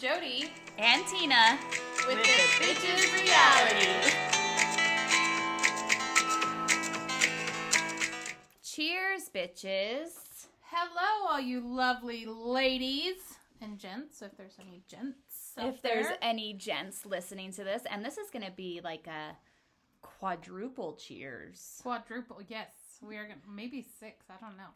Marie and Tina with, the Bitches Reality. Cheers, bitches. Hello, all you lovely ladies and gents, if there's any gents. out if there's there. any gents listening to this, and this is going to be like a quadruple cheers. quadruple, yes, we are gonna, maybe six. I don't know.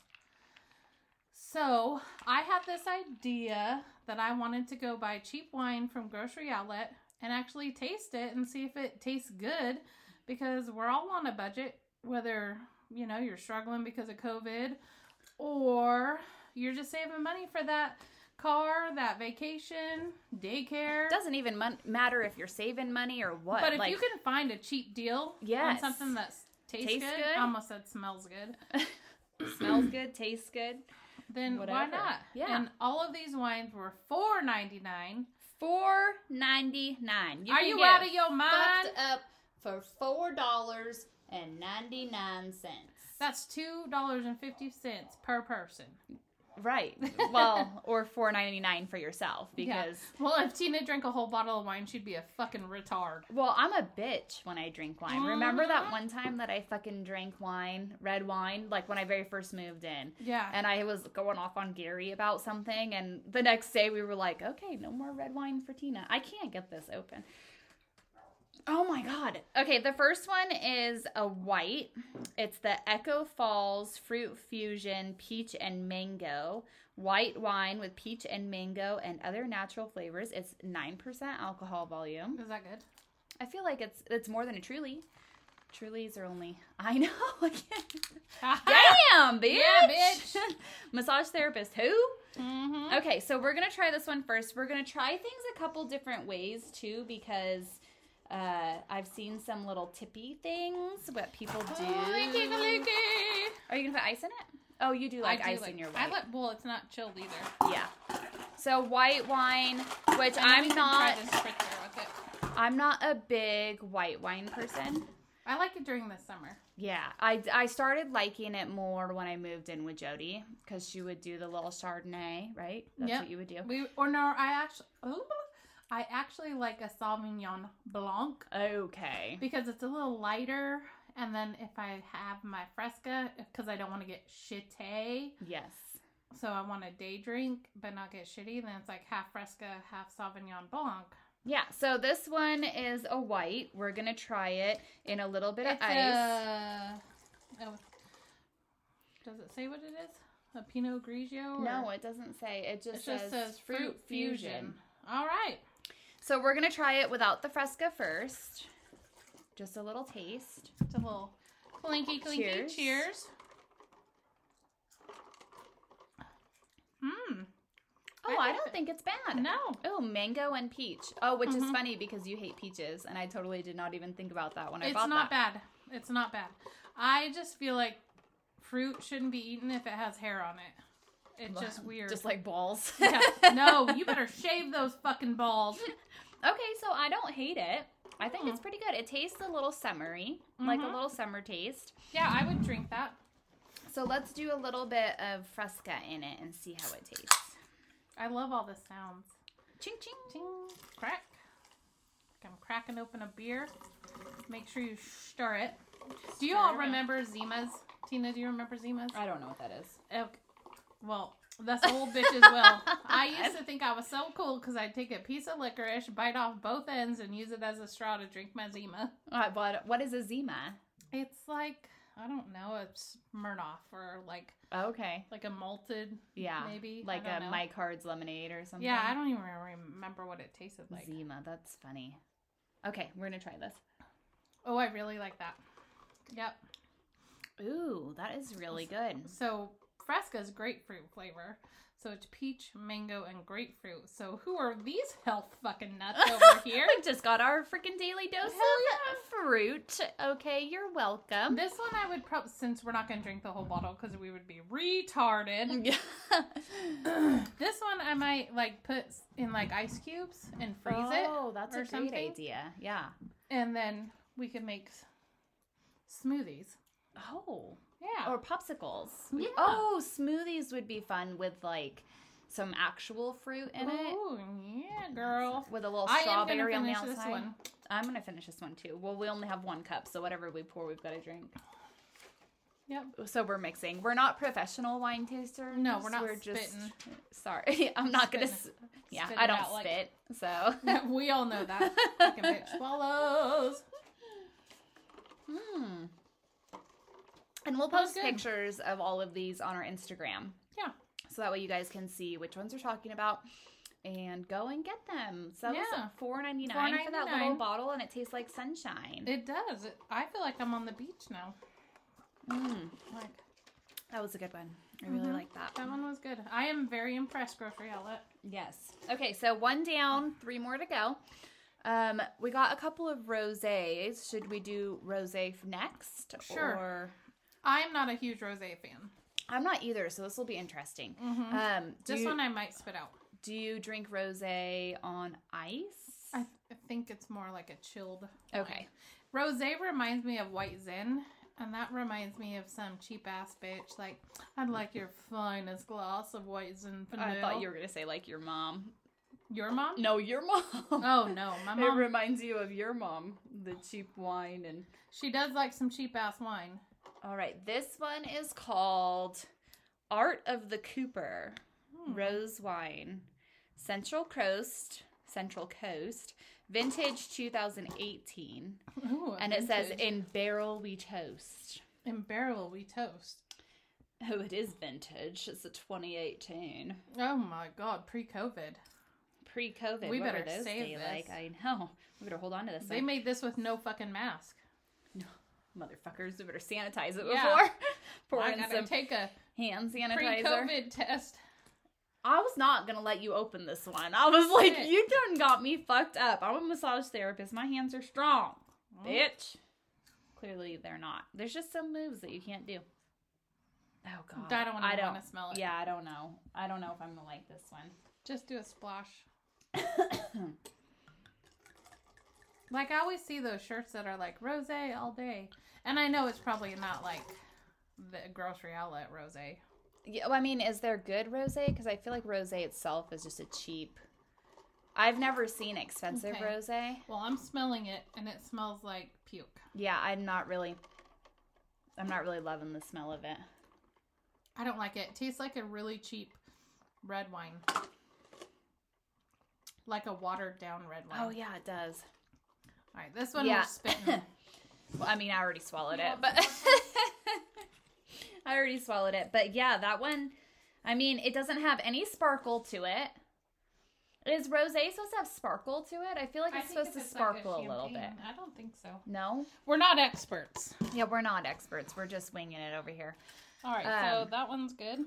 So I had this idea that I wanted to go buy cheap wine from grocery outlet and actually taste it and see if it tastes good, because we're all on a budget. Whether you know you're struggling because of COVID, or you're just saving money for that car, that vacation, daycare. Doesn't even mon- matter if you're saving money or what. But if like, you can find a cheap deal on Yes. something that s- tastes, Tastes good, good. I almost said smells good, smells good, tastes good. then why Whatever. not? Yeah. And all of these wines were four ninety nine. Four ninety nine. Are you out of your mind? up for four dollars and ninety nine cents? That's two dollars and fifty cents per person. right. Well, or four ninety nine for yourself Yeah. because. Well, if Tina drank a whole bottle of wine, she'd be a fucking retard. Well, I'm a bitch when I drink wine. Remember Mhm. that one time that I fucking drank wine, red wine, like when I very first moved in? Yeah. And I was going off on Gary about something, and the next day we were like, okay, no more red wine for Tina. I can't get this open. Oh my God. Okay, the first one is a white. It's the Echo Falls Fruit Fusion Peach and Mango. White wine with peach and mango and other natural flavors. It's 9% alcohol volume. Is that good? I feel like it's it's more than a truly. Trulies are only I know. I can't- Damn, bitch. Yeah, bitch. Massage therapist who? mm-hmm. Okay, so we're gonna try this one first. We're gonna try things a couple different ways too, because uh, I've seen some little tippy things what people Oh, do. Oinky doinky. Are you gonna put ice in it? Oh, you do like I do ice like- in your I white. like- well, it's not chilled either. yeah. So white wine, And which then I'm we can not. Try this spritzer with it. I'm not a big white wine person. I like it during the summer. Yeah, I, I started liking it more when I moved in with Jody because she would do the little Chardonnay, right? That's Yep. what you would do. We or no, I actually, ooh, I actually like a Sauvignon Blanc Okay. because it's a little lighter. And then if I have my Fresca, because I don't want to get shitty, Yes. so I want a day drink but not get shitty. Then it's like half Fresca, half Sauvignon Blanc. Yeah, so this one is a white. We're going to try it in a little bit It's of ice. a- oh, does it say what it is? A Pinot Grigio? Or? No, it doesn't say. It just, it just says fruit fusion. All right. So we're going to try it without the Fresca first. Just a little taste. It's a little clinky, clinky. Cheers. Cheers. Mmm. Oh, I, don't think it's bad. No. Oh, mango and peach. Oh, which is Mhm. funny because you hate peaches, and I totally did not even think about that when I It's bought that. not bad. It's not bad. I just feel like fruit shouldn't be eaten if it has hair on it. It's just weird. Just like balls. Yeah. No, you better shave those fucking balls. Okay, so I don't hate it. I think Mm. it's pretty good. It tastes a little summery, like a Mhm. little summer taste. Yeah, I would drink that. So let's do a little bit of fresca in it and see how it tastes. I love all the sounds. Ching ching. Ting, crack. Like I'm cracking open a beer. Make sure you stir it. Do you all Stir it. remember Zimas? Tina, do you remember Zimas? I don't know what that is. Okay. Well, that's old bitch as well. I used to think I was so cool because I'd take a piece of licorice, bite off both ends, and use it as a straw to drink my Zima. Uh, what what is a zima? It's like I don't know, it's Smirnoff or like Okay, like a malted. yeah, Maybe, Oh, I like don't a know. my cards lemonade or something. Yeah, I don't even remember what it tasted like. zima. That's funny. Okay, we're gonna try this. Oh, I really like that. Yep. Ooh, that is really good. So Fresca's grapefruit flavor. So it's peach, mango, and grapefruit. So who are these health fucking nuts over here? We've just got our freaking daily dose Hell of fruit. Okay, you're welcome. This one I would probably, since we're not going to drink the whole bottle because we would be Mm. retarded. this one I might like put s- in like ice cubes and freeze it, Oh, that's or a great something. idea. Yeah. and then we could make s- smoothies. Oh. Yeah. Or popsicles. Yeah. Oh, smoothies would be fun with like some actual fruit in it Ooh, yeah, girl. with a little I am gonna strawberry on the finish outside. this one. I'm gonna finish this one too. Well, we only have one cup, so whatever we pour, we've got to drink. Yep. So we're mixing. We're not professional wine tasters. No, we're not just spitting. sorry. I'm not gonna. Spitting. s- Yeah, Spit I it don't out like- spit. So we all know that. Fucking bitch swallows. Hmm. And we'll That was post good. pictures of all of these on our Instagram. Yeah. So that way you guys can see which ones we're talking about and go and get them. So that Yeah. was four ninety nine for that little $4.99. bottle and it tastes like sunshine. It does. It, I feel like I'm on the beach now. Mm, Like that was a good one. I really Mhm. like that. that one was good. I am very impressed, grocery outlet. Yes. Okay, so one down, three more to go. Um, we got a couple of rosés. Should we do rosé f- next? Sure. Or I'm not a huge rose fan. I'm not either, so this will be interesting. Mm-hmm. Um, do this you- one I might spit out. Do you drink rosé on ice? I, th- I think it's more like a chilled. okay. Rose reminds me of White Zen, and that reminds me of some cheap ass bitch. Like, I'd like your finest glass of White Zen I vanilla. thought you were going to say like your mom. your mom. No, your mom. Oh no, my mom. It reminds you of your mom, the cheap wine and she does like some cheap ass wine. All right, this one is called Art of the Cooper Hmm. Rose Wine. Central Coast, Central Coast, vintage 2018. Ooh, And it says vintage. in barrel we toast. in barrel we toast. Oh, it is vintage. It's a 2018. Oh my god, pre-COVID. pre-COVID. We what better were those save be this. Like I know, we better hold on to this. They one. made this with no fucking mask. Motherfuckers, we better sanitize it Yeah. before. Pour I in gotta some take a hand sanitizer. pre-COVID test. I was not gonna let you open this one. I was like, Shit. you done got me fucked up. I'm a massage therapist. My hands are strong, bitch. Clearly they're not. There's just some moves that you can't do. Oh god, I don't I even don't. want to smell it. Yeah, I don't know. I don't know if I'm gonna like this one. Just do a splash. like I always see those shirts that are like rose all day. And I know it's probably not like the grocery outlet rose. Yeah, well, I mean, is there good rosé? Because I feel like rosé itself is just a cheap. I've never seen expensive Okay. rosé. Well, I'm smelling it and it smells like puke. Yeah, I'm not really. I'm not really loving the smell of it. I don't like it. It tastes like a really cheap red wine. Like a watered down red wine. Oh yeah, it does. All right, this one Yeah. we're spitting. Well, I mean, I already swallowed Yeah. it, but I already swallowed it. But yeah, that one. I mean, it doesn't have any sparkle to it. Is rosé supposed to have sparkle to it? I feel like I it's think supposed to if it's like sparkle a little bit. champagne, I don't think so. No. We're not experts. Yeah, we're not experts. We're just winging it over here. All right, Um, so that one's good.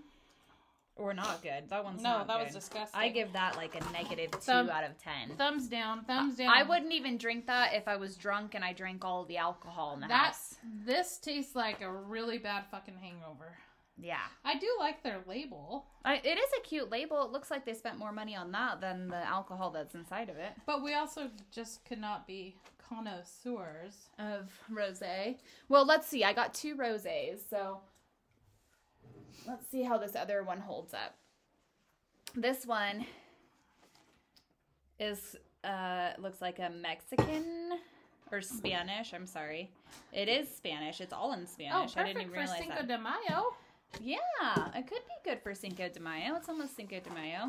Or not good. That one's No, not that good. was disgusting. I give that like a negative two Thumb- out of ten. thumbs down, thumbs down. I wouldn't even drink that if I was drunk and I drank all the alcohol in the That house. this tastes like a really bad fucking hangover. Yeah, I do like their label, I, it is a cute label. It looks like they spent more money on that than the alcohol that's inside of it. but we also just could not be connoisseurs. Of rosé. Well, let's see. I got two rosés, so let's see how this other one holds up. This one is uh looks like a Mexican or Spanish. I'm sorry. It is Spanish. It's all in Oh, Spanish. I didn't perfect even for realize Cinco that. de Mayo. Yeah, it could be good for Cinco de Mayo. It's almost Cinco de Mayo.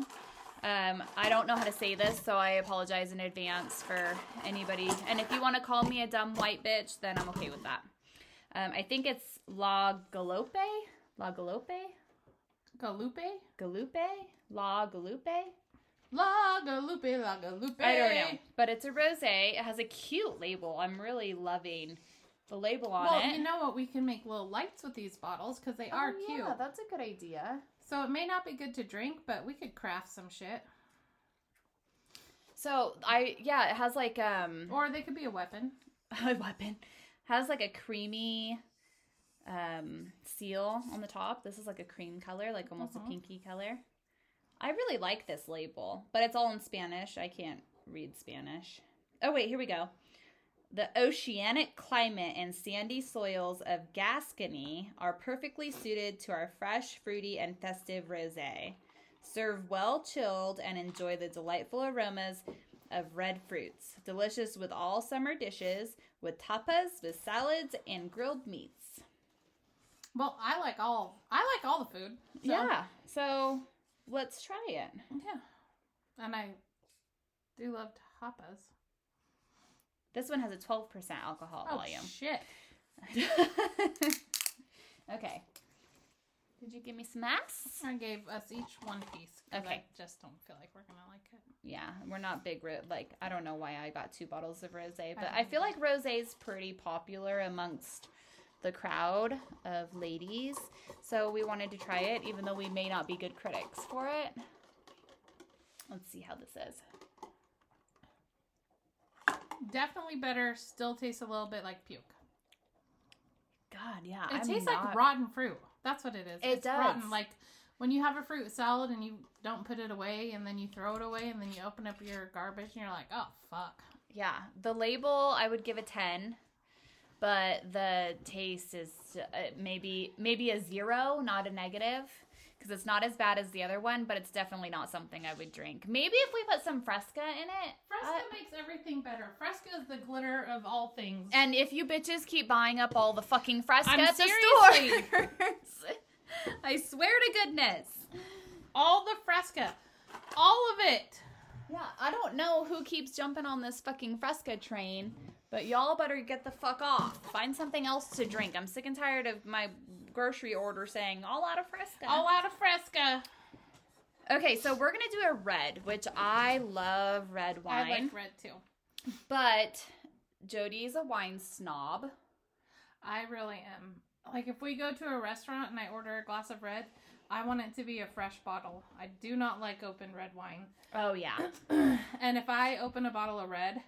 Um, I don't know how to say this, so I apologize in advance for anybody. And if you want to call me a dumb white bitch, then I'm okay with that. Um, I think it's La Galope, La Galope, Galupe, Galupe, La Galupe. la galupe, la galupe. I don't know, but it's a rosé. It has a cute label. I'm really loving the label on Well, it. you know what? We can make little lights with these bottles because they are oh, cute. Yeah, that's a good idea. So it may not be good to drink, but we could craft some shit, So I yeah, it has like um. or they could be a weapon. a weapon has like a creamy um seal on the top this is like a cream color like almost Mhm. a pinky color i really like this label but it's all in spanish i can't read spanish oh wait here we go the oceanic climate and sandy soils of gascony are perfectly suited to our fresh fruity and festive rosé Serve well chilled and enjoy the delightful aromas of red fruits. Delicious with all summer dishes, with tapas, with salads, and grilled meats. Well, I like all. I like all the food. so- Yeah. So let's try it. Yeah. And I do love tapas. This one has a 12% alcohol Oh volume. shit! okay. Did you give me some ass? I gave us each one piece. 'cause Okay. I just don't feel like we're gonna like it. Yeah, we're not big ro- like I don't know why I got two bottles of rosé, but don't I feel like rosé's pretty popular amongst the crowd of ladies. So we wanted to try it even though we may not be good critics for it. Let's see how this is. Definitely better. Still tastes a little bit like puke. God, yeah. It I'm tastes not- like rotten fruit. That's what it is. It it's rotten. does. Like when you have a fruit salad and you don't put it away and then you throw it away and then you open up your garbage and you're like, oh fuck. Yeah, the label I would give a 10, but the taste is uh, maybe maybe a 0, not a negative because it's not as bad as the other one, but it's definitely not something I would drink. Maybe if we put some Fresca in it. Fresca uh, makes everything better. Fresca is the glitter of all things. and if you bitches keep buying up all the fucking Fresca I'm at the seriously- stores. I swear to goodness. all the Fresca, all of it. Yeah, I don't know who keeps jumping on this fucking Fresca train, but y'all better get the fuck off. Find something else to drink. I'm sick and tired of my grocery order saying all out of Fresca. All out of Fresca. okay, so we're gonna do a red, which I love red wine, I like red too. but Jody's a wine snob. I really am. Like if we go to a restaurant and I order a glass of red, I want it to be a fresh bottle. I do not like open red wine. Oh yeah, and if I open a bottle of red,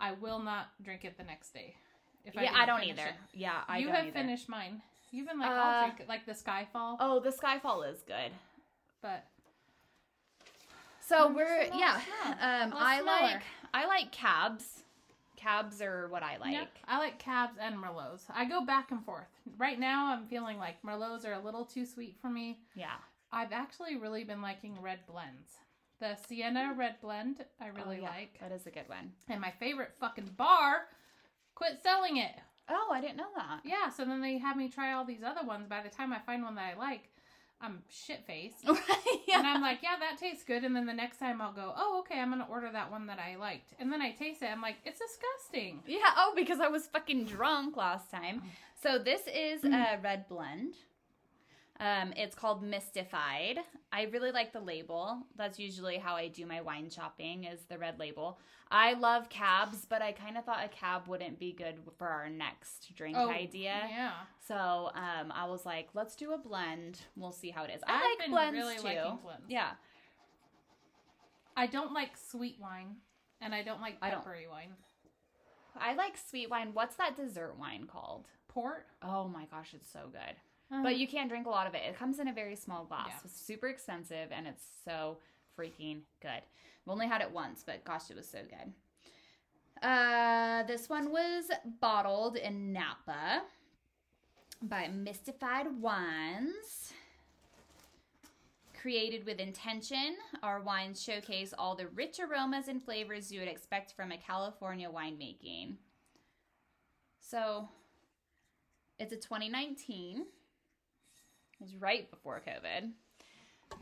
I will not drink it the next day. If yeah. I didn't don't finish either. it. Yeah, I you don't have either. finished mine. You've been like, I'll Uh, drink it, like the Skyfall, Oh, the Skyfall is good. but So I'm we're just a little yeah. snob. Um, A I snower. like I like cabs. Cabs are what I like. Yeah, I like cabs and merlots. I go back and forth. Right now, I'm feeling like merlots are a little too sweet for me. Yeah. I've actually really been liking red blends. The Sienna Red Blend, I really Oh, yeah, like. That is a good one. And my favorite fucking bar quit selling it. Oh, I didn't know that. Yeah, so then they have me try all these other ones. By the time I find one that I like, I'm shit faced. Oh, And I'm like, yeah, that tastes good. And then the next time I'll go, oh, okay, I'm going to order that one that I liked. And then I taste it. I'm like, it's disgusting. yeah, oh, because I was fucking drunk last time. So this is a red blend. Um, it's called Mystified. I really like the label. That's usually how I do my wine shopping is the red label. I love cabs, but I kind of thought a cab wouldn't be good for our next drink idea. Oh, Yeah. So um, I was like, let's do a blend. We'll see how it is. I I've like been blends really too. liking blends. Yeah, I don't like sweet wine. And I don't like I don't- peppery wine. I like sweet wine. What's that dessert wine called? Port? Oh my gosh, it's so good. But you can't drink a lot of it. It comes in a very small glass. Yeah. It's super expensive and it's so freaking good. I've only had it once, but gosh, it was so good. Uh, this one was bottled in Napa by Mystified Wines. Created with intention, our wines showcase all the rich aromas and flavors you would expect from a California winemaking. So, it's a 2019. It was right before COVID.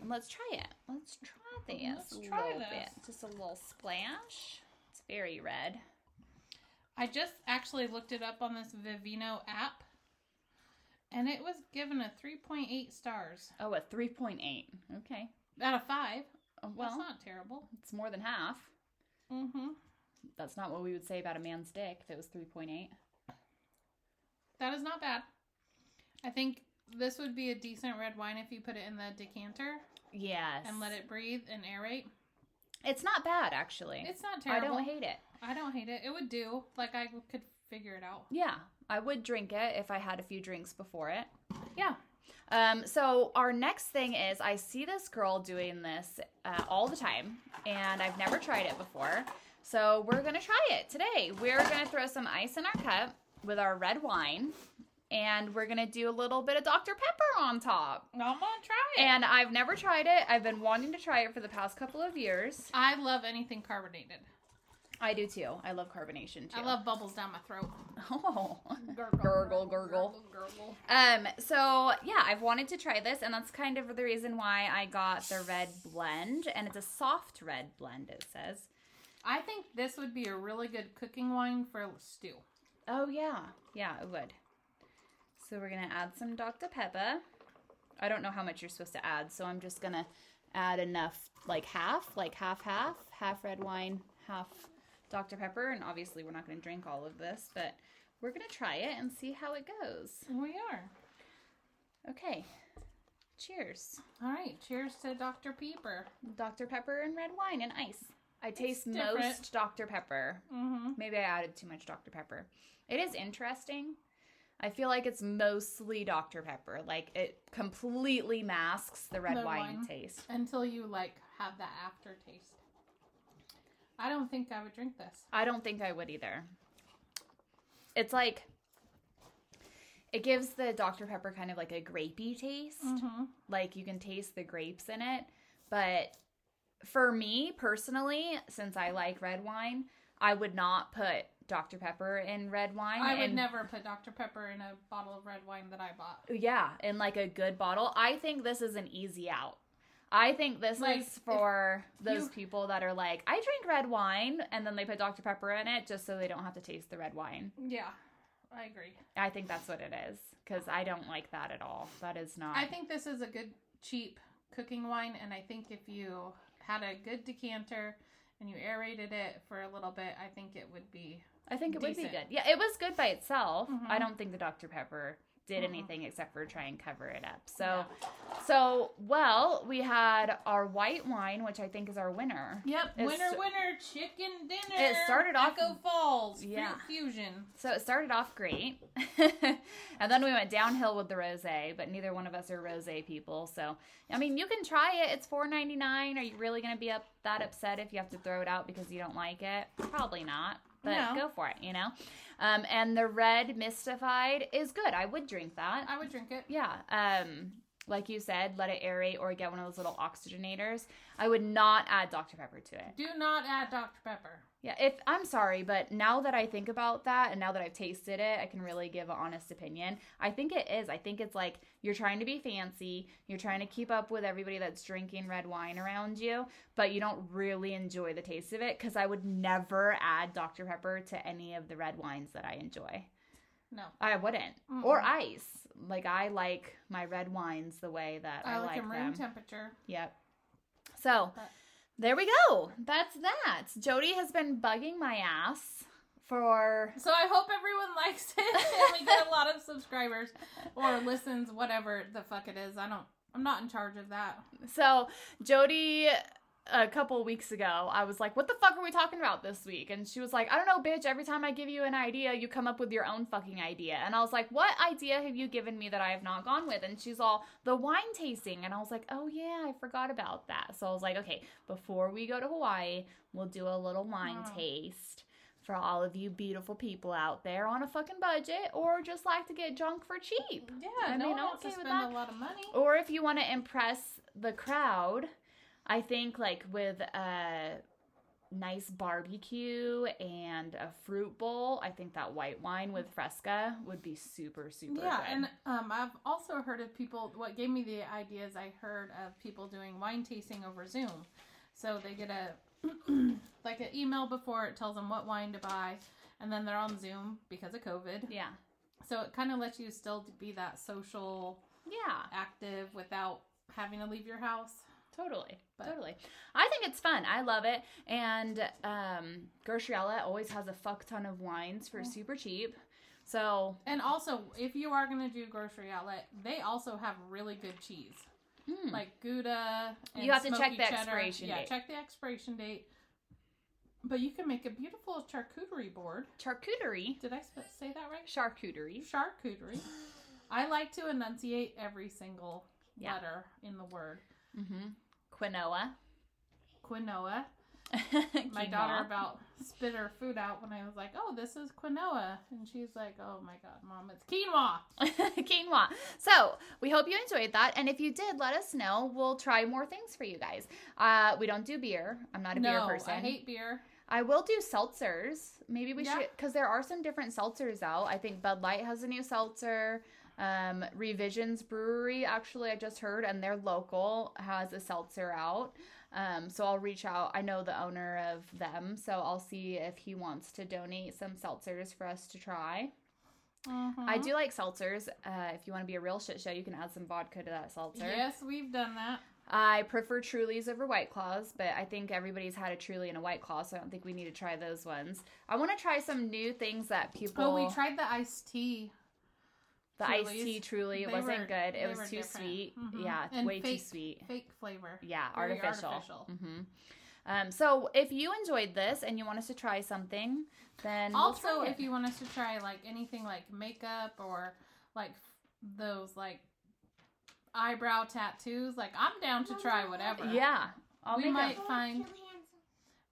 And let's try it. Let's try this Let's a try little this. bit. Just a little splash. It's very red. I just actually looked it up on this Vivino app. And it was given a 3.8 stars Oh, a 3.8. Okay. out of 5. Oh, Well, well, That's not terrible. it's more than half. Mm-hmm. That's not what we would say about a man's dick if it was 3.8. That is not bad. I think this would be a decent red wine if you put it in the decanter Yes. and let it breathe and aerate. It's not bad, actually. It's not I terrible. don't hate it. I don't hate it. It would do. Like I could figure it out. Yeah. I would drink it if I had a few drinks before it. Yeah. Um, so our next thing is I see this girl doing this uh, all the time, and I've never tried it before. So we're gonna try it today. We're gonna throw some ice in our cup with our red wine, and we're gonna do a little bit of Dr. Pepper on top. I'm gonna try it. And I've never tried it. I've been wanting to try it for the past couple of years. I love anything carbonated. I do too. I love carbonation too. I love bubbles down my throat. Oh. Gurgle, Gurgle, gurgle. gurgle. Um. So yeah, I've wanted to try this, and that's kind of the reason why I got the red blend, and it's a soft red blend. It says. I think this would be a really good cooking wine for a stew. Oh yeah, yeah, it would. So we're gonna add some Dr Pepper. I don't know how much you're supposed to add, so I'm just gonna add enough, like half, like half, half, half red wine, half Dr Pepper, and obviously we're not gonna drink all of this, but we're gonna try it and see how it goes. We are. Okay. Cheers. All right. Cheers to Dr. Pieper. Dr. Pepper and red wine and ice. I taste different. most Dr. Pepper. Mm-hmm. Maybe I added too much Dr. Pepper. It is interesting. I feel like it's mostly Dr. Pepper. Like it completely masks the red The wine, wine. taste. Until you like have that aftertaste. I don't think I would drink this. I don't think I would either. It's like it gives the Dr. Pepper kind of like a grapey taste. Mm-hmm. like you can taste the grapes in it but for me personally since i like red wine i would not put dr pepper in red wine I would and- never put Dr. Pepper in a bottle of red wine that I bought. yeah in like a good bottle i think this is an easy out i think this Like, is if for those you- people that are like i drink red wine and then they put dr pepper in it just so they don't have to taste the red wine Yeah, I agree. i think that's what it is because i don't like that at all that is not I think this is a good cheap cooking wine, and I think if you had a good decanter and you aerated it for a little bit, I think it would be. I think it would decent. be good. Yeah, it was good by itself. Mhm. I don't think the Dr. Pepper did Mhm. anything except for try and cover it up. So, so well, we had our white wine, which I think is our winner. Yep, It's- winner, winner, chicken dinner. It started off- Echo Falls, Yeah. fruit fusion. So it started off great, and then we went downhill with the rosé. But neither one of us are rosé people, so I mean, you can try it. It's four ninety nine. Are you really going to be up that upset if you have to throw it out because you don't like it? Probably not. But No. go for it, you know. Um, and the red mystified is good. I would drink that. I would drink it. Yeah. Um, like you said, let it aerate or get one of those little oxygenators. I would not add Dr. Pepper to it. Do not add Dr. Pepper. Yeah, if I'm sorry, but now that I think about that and now that I've tasted it, I can really give an honest opinion. I think it is. I think it's like you're trying to be fancy, you're trying to keep up with everybody that's drinking red wine around you, but you don't really enjoy the taste of it because I would never add Dr. Pepper to any of the red wines that I enjoy. No. I wouldn't. Or Mm-mm. ice. Like I like my red wines the way that I, I like like them room them. temperature. yep. So But- there we go. That's that. Jody has been bugging my ass for So I hope everyone likes it and we get a lot of subscribers or listens, whatever the fuck it is. I don't. I'm not in charge of that. so Jody a couple weeks ago, I was like, "What the fuck are we talking about this week?" And she was like, "I don't know, bitch. Every time I give you an idea, you come up with your own fucking idea." And I was like, "What idea have you given me that I have not gone with?" And she's all, "The wine tasting." And I was like, "Oh yeah, I forgot about that." So I was like, "Okay, before we go to Hawaii, we'll do a little wine Mm. taste." For all of you beautiful people out there on a fucking budget or just like to get drunk for cheap. Yeah, I no mean, one I'm wants to okay with spend that. a lot of money. or if you want to impress the crowd i think like with a nice barbecue and a fruit bowl i think that white wine with fresca would be super super Yeah, good and um, I've also heard of people. What gave me the idea is I heard of people doing wine tasting over Zoom. So they get a like an email before it tells them what wine to buy, and then they're on Zoom because of COVID. yeah So it kind of lets you still be that social yeah active without having to leave your house. Totally. But- totally. I think it's fun. I love it. And um Gershriella always has a fuck ton of wines for super cheap. So And also, if you are going to do grocery outlet, they also have really good cheese, hmm, like Gouda. And You have to check smoky the cheddar. expiration yeah, date. check the expiration date. But you can make a beautiful charcuterie board. charcuterie. Did I sp- say that right? Charcuterie. Charcuterie. I like to enunciate every single Yeah. letter in the word Mm-hmm. Quinoa. quinoa. my Quinoa. daughter about spit her food out when I was like, "Oh, this is quinoa," and she's like, "Oh my god, mom, it's quinoa." quinoa. So we hope you enjoyed that, and if you did, let us know. We'll try more things for you guys. Uh, we don't do beer. I'm not a beer No, person. I hate beer. I will do seltzers. Maybe we Yeah. should, because there are some different seltzers out. I think Bud Light has a new seltzer. Um, Revisions Brewery, actually, I just heard, and their local has a seltzer out. Um, so I'll reach out. I know the owner of them, so I'll see if he wants to donate some seltzers for us to try. I Mhm. do like seltzers. Uh, if you want to be a real shit show, you can add some vodka to that seltzer. Yes, we've done that. I prefer Trulies over White Claws, but I think everybody's had a Truly and a White Claw, so I don't think we need to try those ones. I want to try some new things that people. Oh, we tried the iced tea. the iced tea Trulies. Truly. It They wasn't were- good. they It was were too different. sweet. Mhm. Yeah, it's And way fake- too sweet. Fake flavor. Yeah, Very artificial. artificial. hmm Um, so if you enjoyed this and you want us to try something, then we'll also, try if it. you want us to try like anything like makeup or like those like eyebrow tattoos, like I'm down to try whatever. yeah, I'll We make might- up. find-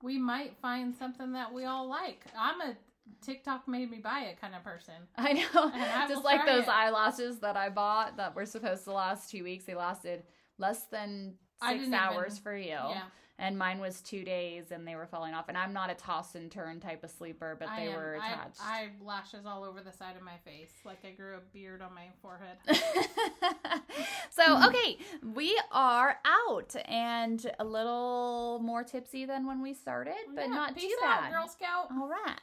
we might find something that we all like. I'm a TikTok made me buy it kind of person. I know. And I Just will like try those it. eyelashes that I bought that were supposed to last two weeks, they lasted less than I six didn't hours even- for you. Yeah, And mine was two days and they were falling off. And I'm not a toss and turn type of sleeper, but I they am- were I- attached. I, have lashes all over the side of my face, like I grew a beard on my forehead. Hmm. so, okay, we are out and a little more tipsy than when we started, but Yeah, not peace too out, bad. Girl Scout. All right.